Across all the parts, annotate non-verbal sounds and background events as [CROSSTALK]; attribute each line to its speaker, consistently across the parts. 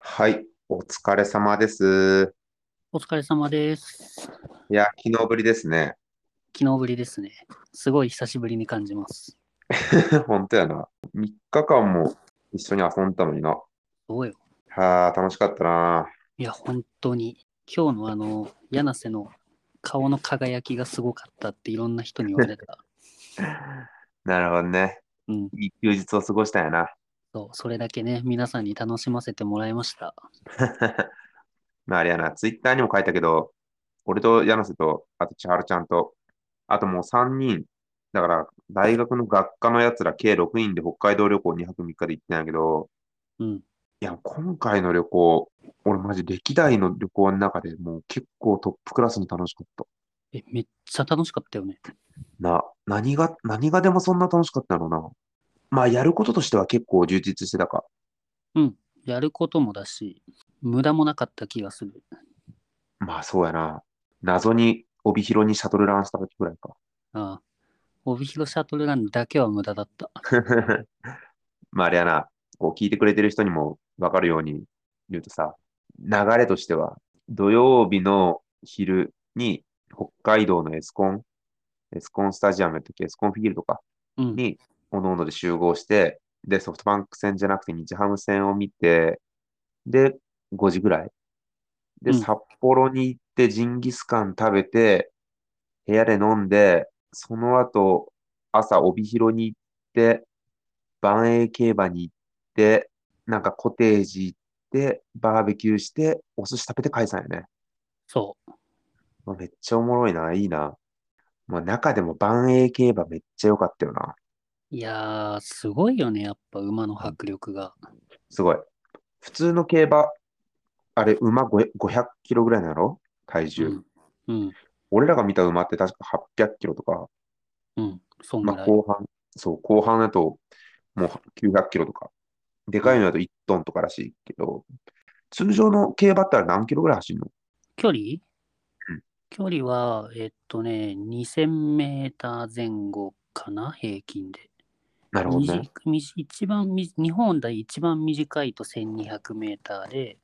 Speaker 1: はい、お疲れ様です。
Speaker 2: お疲れ様です。
Speaker 1: いや、昨日ぶりですね。 [LAUGHS]
Speaker 2: 昨日ぶりですね。すごい久しぶりに感じます。
Speaker 1: 本当やな。3日間も一緒に遊んだのにな。
Speaker 2: どうよ。
Speaker 1: はあ、楽しかったな。
Speaker 2: いや、本当に。今日のあの、柳瀬の顔の輝きがすごかったっていろんな人に言われた。
Speaker 1: なるほどね。
Speaker 2: うん。
Speaker 1: いい休日を過ごしたんやな。
Speaker 2: そう、それだけね、皆さんに楽しませてもらいました。
Speaker 1: [LAUGHS] まあ、あれやな、ツイッターにも書いたけど、俺と柳瀬と、あと千春ちゃんと、あともう3人、だから大学の学科のやつら計6人で北海道旅行2泊3日で行ってんやけど、
Speaker 2: うん。
Speaker 1: いや、今回の旅行、俺マジ歴代の旅行の中でもう結構トップクラスに楽しかった。
Speaker 2: え、めっちゃ楽しかったよね。
Speaker 1: な、何が、何がでもそんな楽しかったのな。まあ、やることとしては結構充実してたか。
Speaker 2: やることもだし、無駄もなかった気がする。
Speaker 1: まあ、そうやな。謎に帯広にシャトルランした時くらいか。 [LAUGHS]
Speaker 2: ああ。帯広シャトルランだけは無駄だった。
Speaker 1: まあ、あれやな。こう聞いてくれてる人にもわかるように言うとさ、流れとしては、土曜日の昼に北海道のエスコン、エスコンスタジアムやったっけエスコンフィールドか。
Speaker 2: うん。
Speaker 1: ねおのおので集合して、で、ソフトバンク戦じゃなくて日ハム戦を見て、で、5時ぐらい。で、
Speaker 2: うん
Speaker 1: 札幌に行ってジンギスカン食べて、部屋で飲んで、その後、朝帯広に行って、万栄競馬に行って、なんかコテージ行って、バーベキューして、お寿司食べて解散やね。
Speaker 2: そ
Speaker 1: まあめっちゃおもろいな、いいな。まあ、中でも万栄競馬めっちゃ良かったよな。
Speaker 2: う。いやー、すごいよね、やっぱ馬の迫力が。
Speaker 1: すごい。普通の競馬、あれ、馬500 500キロぐらいなの体重、
Speaker 2: うん。うん。
Speaker 1: 俺らが見た馬って確か800キロとか、
Speaker 2: うん。そんぐ
Speaker 1: まあ、
Speaker 2: らい。
Speaker 1: 後半、そう、後半だともう900キロとか、でかいのだと1トンとからしいけど、通常の競馬ってあれ何キロぐらい走るの
Speaker 2: 距離
Speaker 1: うん
Speaker 2: 距離は、えっとね、2000メーター前後かな、平均で。
Speaker 1: なるほどね。
Speaker 2: 短い一番み日本で一番短いと1200メーターで、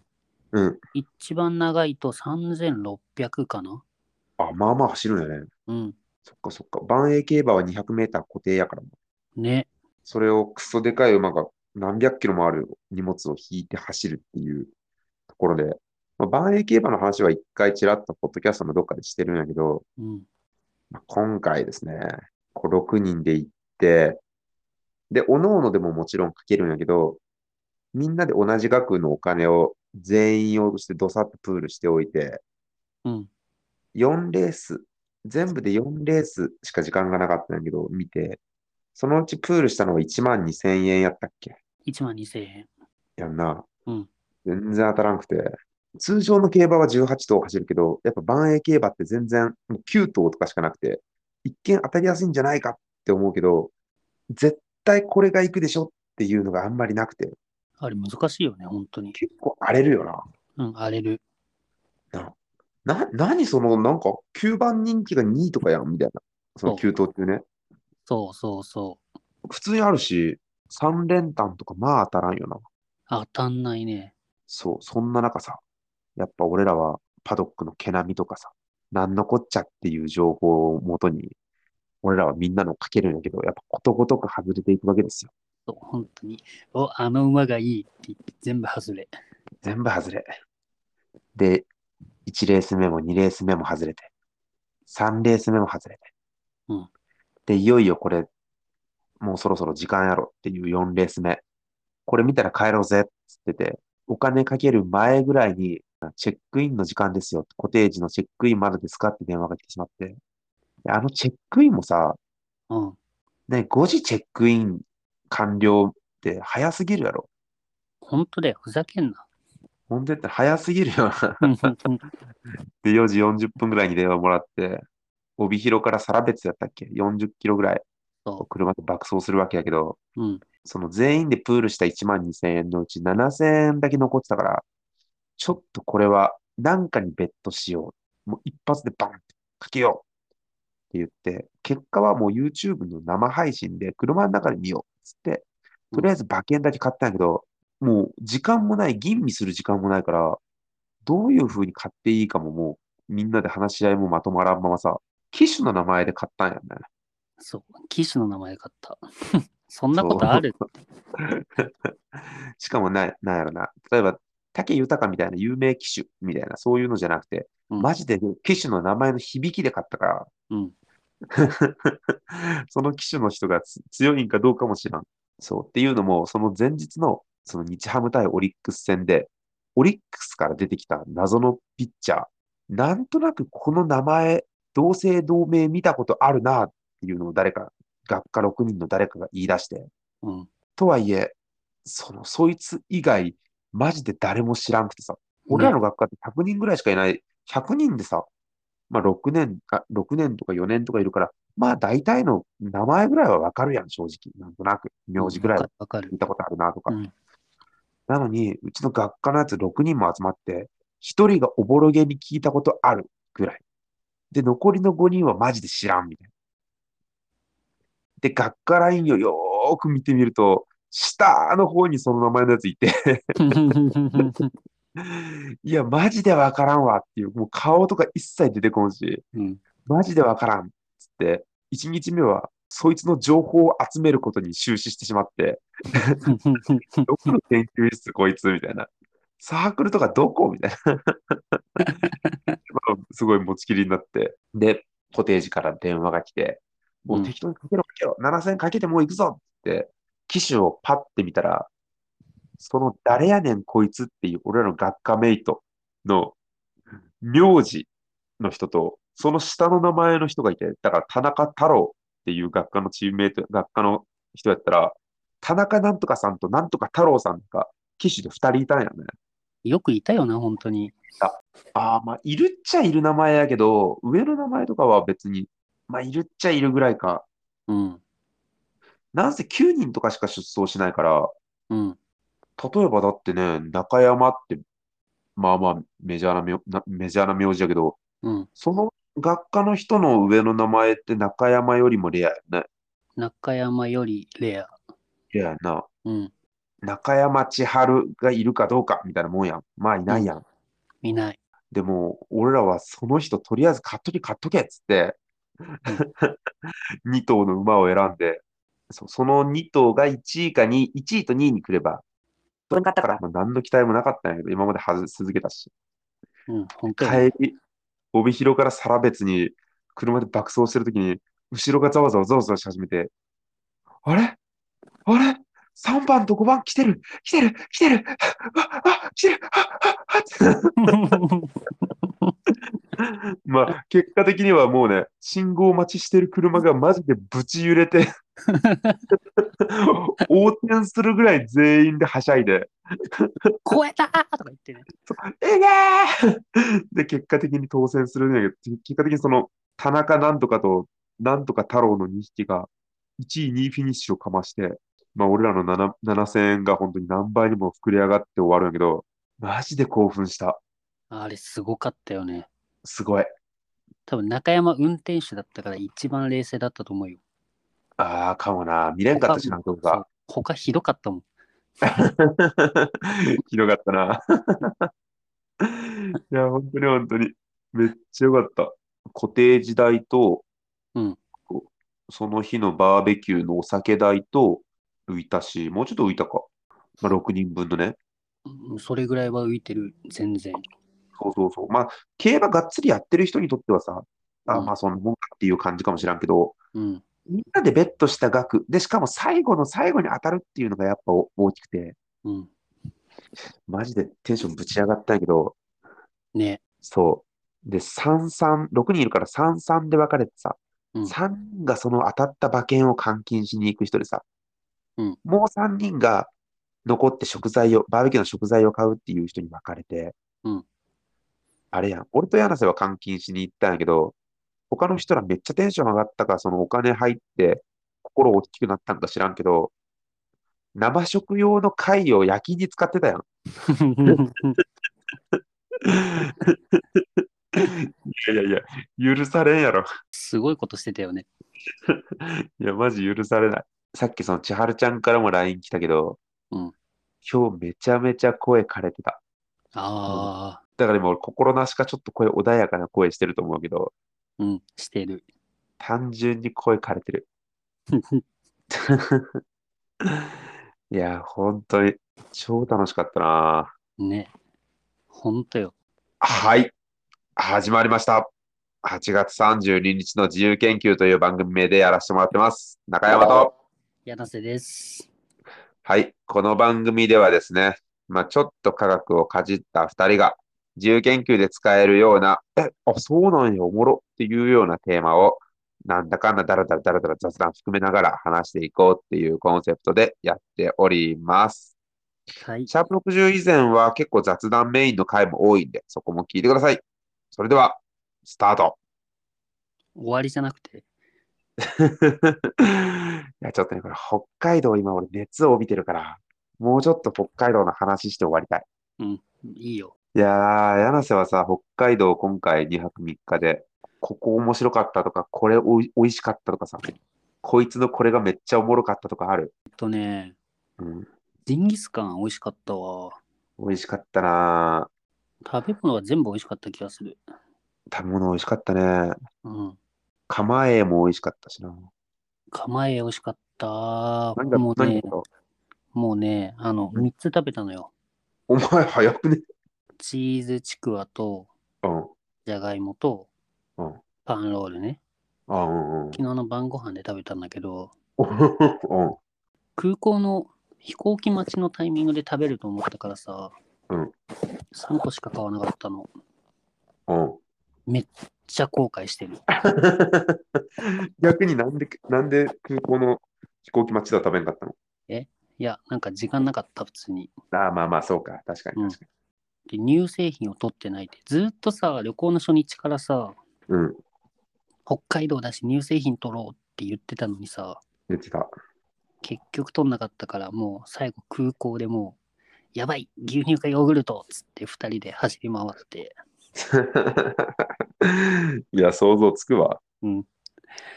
Speaker 1: うん。
Speaker 2: 一番長いと3600かな。
Speaker 1: あ、まあまあ走るんだね。
Speaker 2: うん。
Speaker 1: そっかそっか。万栄競馬は200メーター固定やから。
Speaker 2: ね。
Speaker 1: それをクソでかい馬が何百キロもある荷物を引いて走るっていうところで、まあ、万栄競馬の話は一回ちらっとポッドキャストのどっかでしてるんやけど、
Speaker 2: うん。
Speaker 1: まあ、今回ですね、こう6人で行って、で、おのおのでももちろんかけるんやけど、みんなで同じ額のお金を全員用としてドサッとプールしておいて、
Speaker 2: うん。
Speaker 1: 4レース、全部で4レースしか時間がなかったんやけど、見て、そのうちプールしたのが1万2000円やったっけ
Speaker 2: 1万2000円。
Speaker 1: やんな。
Speaker 2: うん
Speaker 1: 全然当たらんくて。通常の競馬は18頭走るけど、やっぱ万栄競馬って全然もう9頭とかしかなくて、一見当たりやすいんじゃないかって思うけど、絶対これが行くでしょっていうのがあんまりなくて、
Speaker 2: あれ難しいよね、本当に。
Speaker 1: 結構荒れるよ
Speaker 2: うん、荒れる。
Speaker 1: な。な、な、何その、なんか9番人気が2位とかやんみたいな。その
Speaker 2: そ
Speaker 1: 9頭っていうね。
Speaker 2: そうそうそう。
Speaker 1: 普通にあるし、3連単とかまあ当たらんよな。
Speaker 2: 当たんないね。
Speaker 1: そう、そんな中さ、やっぱ俺らはパドックの毛並みとかさ、なんのこっちゃっていう情報をもとに、俺らはみんなのかけるんやけど、やっぱことごとく外れていくわけですよ。
Speaker 2: そう、本当に。お、あの馬がいいって言って全部外れ。
Speaker 1: 全部外れ。で、1レース目も2レース目も外れて、3レース目も外れて。
Speaker 2: うん
Speaker 1: で、いよいよこれ、もうそろそろ時間やろっていう4レース目。これ見たら帰ろうぜっつってて、お金かける前ぐらいに、チェックインの時間ですよ。コテージのチェックインまだですかって電話が来てしまって。であのチェックインもさ、
Speaker 2: うん。
Speaker 1: ね、5時チェックイン完了って早すぎるやろ。
Speaker 2: 本当だよ、ふざけんな。
Speaker 1: ほんとやって早すぎるよな。
Speaker 2: うん
Speaker 1: で、4時40分ぐらいに電話もらって、帯広からサラベツやったっけ ?40 キロぐらい、
Speaker 2: そ
Speaker 1: 車で爆走するわけやけど、
Speaker 2: う。うん。
Speaker 1: その全員でプールした1万2000円のうち7000円だけ残ってたから、ちょっとこれは何かにベットしよう。もう一発でバンってかけようって言って、結果はもう YouTube の生配信で車の中で見ようっつって、とりあえず馬券だけ買ったんやけど、もう時間もない、吟味する時間もないから、どういう風に買っていいかももう、みんなで話し合いもまとまらんままさ、機種の名前で買ったんやね。
Speaker 2: そう、機種の名前買った。 [LAUGHS] そんなことある
Speaker 1: しかもな、なんやろな。例えば、武豊みたいな有名機種みたいな、そういうのじゃなくて、
Speaker 2: うん
Speaker 1: マジで機種の名前の響きで買ったから、
Speaker 2: うん。
Speaker 1: [LAUGHS] その機種の人がつ強いんかどうかも知らん。そう。っていうのも、その前日の、その日ハム対オリックス戦で、オリックスから出てきた謎のピッチャー、なんとなくこの名前、同姓同名見たことあるなっていうのを誰か、学科6人の誰かが言い出して、
Speaker 2: うん。
Speaker 1: とはいえ、その、そいつ以外、マジで誰も知らんくてさ、俺らの学科って100人ぐらいしかいない、100人でさ、まあ6年、あ6年とか4年とかいるから、まあ大体の名前ぐらいはわかるやん、正直。なんとなく、名字ぐらい
Speaker 2: わ
Speaker 1: は
Speaker 2: か
Speaker 1: [LAUGHS]
Speaker 2: るわかる
Speaker 1: 見。たことあるなとか。
Speaker 2: うん
Speaker 1: なのに、うちの学科のやつ6人も集まって、1人がおぼろげに聞いたことあるぐらい。で、残りの5人はマジで知らんみたいな。で、学科ラインをよーく見てみると、下の方にその名前のやついて、 [LAUGHS] いや、マジでわからんわっていう、もう顔とか一切出てこんし、
Speaker 2: うん。
Speaker 1: マジでわからんっつって、1日目は、そいつの情報を集めることに終始してしまって、どこの研究室、こいつみたいな。サークルとかどこみたいな。まあすごい持ちきりになって。で、コテージから電話が来て、もう適当にかけろかけろ、7000かけてもう行くぞって、機種をパッて見たら、その誰やねんこいつっていう俺らの学科メイトの名字の人と、その下の名前の人がいて、だから田中太郎っていう学科のチームメイト、学科の人やったら、田中なんとかさんとなんとか太郎さんとか、騎手で2人いたんやね。
Speaker 2: よくいたよな、本当に。
Speaker 1: ああ、まあ、いるっちゃいる名前やけど、上の名前とかは別に、まあ、いるっちゃいるぐらいか。
Speaker 2: うん。
Speaker 1: なんせ9人とかしか出走しないから、
Speaker 2: うん。
Speaker 1: 例えばだってね、中山って、まあまあメジャーな名なメジャーな名字やけど、
Speaker 2: うん。
Speaker 1: その学科の人の上の名前って中山よりもレアやね。
Speaker 2: 中山よりレア。
Speaker 1: レアやな。
Speaker 2: うん。
Speaker 1: 中山千春がいるかどうかみたいなもんやん。まあいないやん。
Speaker 2: いない。
Speaker 1: でも、俺らはその人とりあえず買っとけ買っとけっつって、2頭の馬を選んで、そうその2頭が1位か2位、1位と2位に来れば、それ買ったから、まあ、何の期待もなかったんやけど、今まで外し続けたし、
Speaker 2: うん。本当に。
Speaker 1: 帰り、帯広から皿別に車で爆走してるときに、後ろがざわざわざわざわし始めて、あれあれ ?3 番と5番来てる来てる来てるあ、あ、来てるあ、あ、あって。まあ、結果的にはもうね、信号待ちしてる車がマジでぶち揺れて横転するぐらい全員ではしゃいで、
Speaker 2: [LAUGHS] 超えたーとか言ってね。
Speaker 1: えげーで、結果的に当選するんだけど、結果的にその、田中なんとかと、なんとか太郎の2匹が、1位、2位フィニッシュをかまして、まあ、俺らの7 7000円が本当に何倍にも膨れ上がって終わるんやけど、マジで興奮した。
Speaker 2: あれすごかったよね。
Speaker 1: すごい。
Speaker 2: 多分中山運転手だったから一番冷静だったと思うよ。
Speaker 1: ああ、かもな。見れんかったしな、動画
Speaker 2: そう。他ひどかったもん。
Speaker 1: [LAUGHS] ひどかったな。いや、本当に本当に。めっちゃよかった。コテージ代と、
Speaker 2: うん
Speaker 1: こうその日のバーベキューのお酒代と、浮いたし、もうちょっと浮いたか。まあ、6人分のね。
Speaker 2: うんそれぐらいは浮いてる、全然。
Speaker 1: そうそうそう。まあ、競馬がっつりやってる人にとってはさ、あ
Speaker 2: うん
Speaker 1: まあ、そんなもんかっていう感じかもしらんけど、
Speaker 2: うん。
Speaker 1: みんなでベットした額、で、しかも最後の最後に当たるっていうのがやっぱ大きくて、
Speaker 2: うん。
Speaker 1: マジでテンションぶち上がったんやけど、 [LAUGHS]
Speaker 2: ね。
Speaker 1: そう。で、三三6人いるから三三で分かれてさ、
Speaker 2: うん
Speaker 1: 3人がその当たった馬券を換金しに行く人でさ、
Speaker 2: うん
Speaker 1: もう3人が残って食材を、バーベキューの食材を買うっていう人に分かれて、
Speaker 2: うん
Speaker 1: あれやん、俺と柳瀬は換金しに行ったんやけど、他の人らめっちゃテンション上がったから、そのお金入って心大きくなったんか知らんけど、生食用の貝を焼きに使ってたやん。いやいやいや、許されんやろ。
Speaker 2: すごいことしてたよね。
Speaker 1: いや、マジ許されない。さっきその千春ちゃんからも LINE 来たけど、
Speaker 2: うん
Speaker 1: 今日めちゃめちゃ声枯れてた。
Speaker 2: ああ、
Speaker 1: だから今俺心なしかちょっと声穏やかな声してると思うけど、
Speaker 2: うん、してる。
Speaker 1: 単純に声枯れてる。いや、本当に超楽しかったな。
Speaker 2: ね。ほんとよ。
Speaker 1: はい。始まりました。8月32日の自由研究という番組名でやらせてもらってます。中山と。
Speaker 2: 柳瀬です。
Speaker 1: はい。この番組ではですね、まあ、ちょっと科学をかじった2人が、自由研究で使えるような、え、あ、そうなんや、おもろっていうようなテーマを、なんだかんだだらだらだらだら雑談含めながら話していこうっていうコンセプトでやっております。
Speaker 2: はい。
Speaker 1: シャープ60以前は結構雑談メインの回も多いんで、そこも聞いてください。それでは、スタート。
Speaker 2: 終わりじゃなくて。
Speaker 1: いや、ちょっとね、これ北海道今俺熱を帯びてるから、もうちょっと北海道の話して終わりたい。
Speaker 2: いいよ。
Speaker 1: いやー、柳瀬はさ、北海道今回2泊3日で、ここ面白かったとか、これおい、おいしかったとかさ、こいつのこれがめっちゃおもろかったとかある。
Speaker 2: えっとね、
Speaker 1: うん、
Speaker 2: ジンギスカン美味しかったわ。
Speaker 1: 美味しかったな
Speaker 2: 食べ物は全部美味しかった気がする。
Speaker 1: ー。食べ物美味しかったね。
Speaker 2: うん。
Speaker 1: 釜えも美味しかったしな。
Speaker 2: 構え美味しかった。
Speaker 1: 何だ、
Speaker 2: もう
Speaker 1: 何
Speaker 2: ね
Speaker 1: だ、ろ
Speaker 2: もうね、あの、3つ食べたのよ。
Speaker 1: うお前早くね。
Speaker 2: チーズちくわと、
Speaker 1: うん、
Speaker 2: じゃがいもと、
Speaker 1: うん
Speaker 2: パンロールね。
Speaker 1: あ、うん、うん。
Speaker 2: 昨日の晩ご飯で食べたんだけど、
Speaker 1: うん、
Speaker 2: 空港の飛行機待ちのタイミングで食べると思ったからさ、
Speaker 1: うん
Speaker 2: 3個しか買わなかったの。めっ
Speaker 1: うん。
Speaker 2: ちゃ後悔してる。
Speaker 1: [LAUGHS] 逆になんで、なんで空港の飛行機待ちでは食べんかったの
Speaker 2: いや、なんか時間なかった、普通に。
Speaker 1: ああ、まあまあ、そうか。確かに、確か
Speaker 2: で、乳製品を取ってないって、ずーっとさ、旅行の初日からさ、
Speaker 1: に。うん、
Speaker 2: 北海道だし乳製品取ろうって言ってたのにさ、
Speaker 1: 言ってた。 [LAUGHS]
Speaker 2: 結局取んなかったから、もう最後空港でもう、やばい牛乳かヨーグルトっつって2人で走り回って、
Speaker 1: いや、想像つくわ。
Speaker 2: うん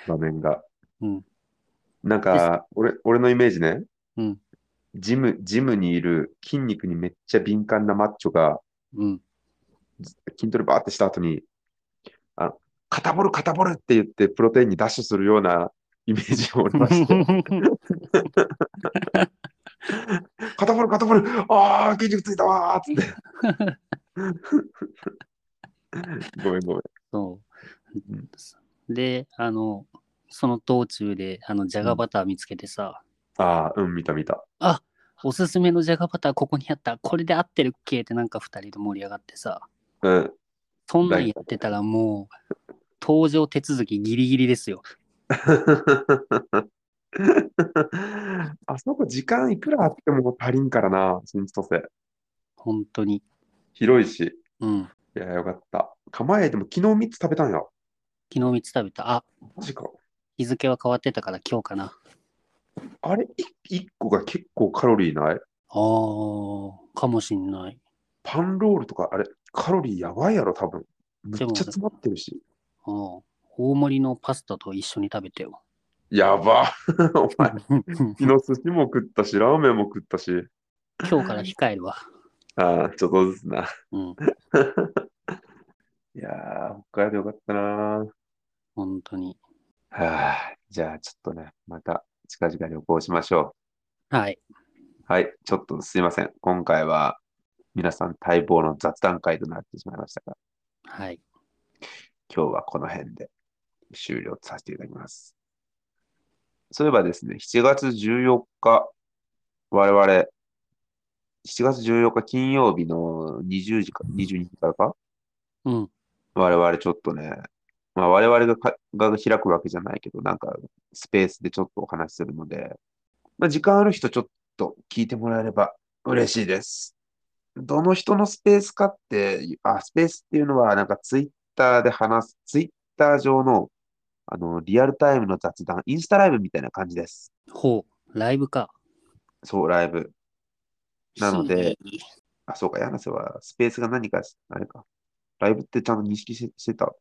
Speaker 1: 場面が。
Speaker 2: うん、
Speaker 1: なんか、俺、俺のイメージね。
Speaker 2: うん、
Speaker 1: ジム、ジムにいる筋肉にめっちゃ敏感なマッチョが、
Speaker 2: うん、
Speaker 1: 筋トレバーってした後に、あの、肩ボル、肩ボルって言って、プロテインにダッシュするようなイメージを俺はして。
Speaker 2: [LAUGHS]
Speaker 1: 肩ボル、肩ボル、ああ、筋肉ついたわーっつって。ごめんごめん。
Speaker 2: そう
Speaker 1: うん。
Speaker 2: で、あの、その道中で、あの、じゃがバター見つけてさ、
Speaker 1: ああ、うん、見た見た。
Speaker 2: おすすめのじゃがバターここにあった、これで合ってるっけってなんか2人で盛り上がってさ、
Speaker 1: うん。 [LAUGHS]
Speaker 2: そんなんやってたらもう、登場手続きギリギリですよ。
Speaker 1: あそこ時間いくらあっても足りんからな、新千歳。
Speaker 2: 本当に。
Speaker 1: 広いし。
Speaker 2: うん。
Speaker 1: いや、よかった。構えでも昨日3つ食べたんや。
Speaker 2: 昨日3つ食べた。あ、
Speaker 1: マジか。
Speaker 2: 日付は変わってたから今日かな。
Speaker 1: あれ、1個が結構カロリーない
Speaker 2: あー、かもしんない。
Speaker 1: パンロールとか、あれ、カロリーやばいやろ、多分。めっちゃ詰まってるし。
Speaker 2: うん。大盛りのパスタと一緒に食べてよ。
Speaker 1: やば。 [LAUGHS] お前、
Speaker 2: [LAUGHS] 今
Speaker 1: 昨日寿司も食ったし、ラーメンも食ったし。
Speaker 2: 日から控えるわ。
Speaker 1: ああ、ちょっとずつな。
Speaker 2: うん。
Speaker 1: [LAUGHS] いやー、北海道よかったなは
Speaker 2: 本当に。
Speaker 1: あ、じゃあちょっとね、また近々旅行しましょう。
Speaker 2: はい。
Speaker 1: はい、ちょっとすいません。今回は皆さん待望の雑談会となってしまいましたが、
Speaker 2: はい。
Speaker 1: 今日はこの辺で終了とさせていただきます。そういえばですね、7月14日、我々、7月14日金曜日の20時か、22時からか、
Speaker 2: うん。
Speaker 1: 我々ちょっとね、まあ、我々がかが開くわけじゃないけど、なんかスペースでちょっとお話しするので、まあ、時間ある人ちょっと聞いてもらえれば嬉しいです。どの人のスペースかって、あ、スペースっていうのはなんかツイッターで話す、ツイッター上のあのリアルタイムの雑談、インスタライブみたいな感じです。
Speaker 2: ほう。ライブか。
Speaker 1: そう、ライブ。なので
Speaker 2: ひー。
Speaker 1: あ、そうか、柳瀬はスペースが何か、あれか。ライブってちゃんと認識ししてた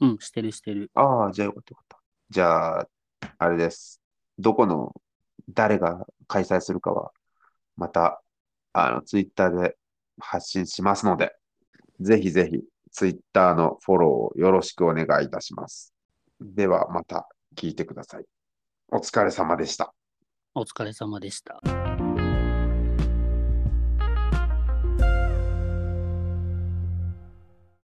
Speaker 2: うん、してるしてる。
Speaker 1: ああ、じゃあよかったよかった。じゃあ、あれです。どこの、誰が開催するかは、また、あの、ツイッターで発信しますので、ぜひぜひ、ツイッターのフォローをよろしくお願いいたします。では、また聞いてください。お疲れ様でした。
Speaker 2: お疲れ様でした。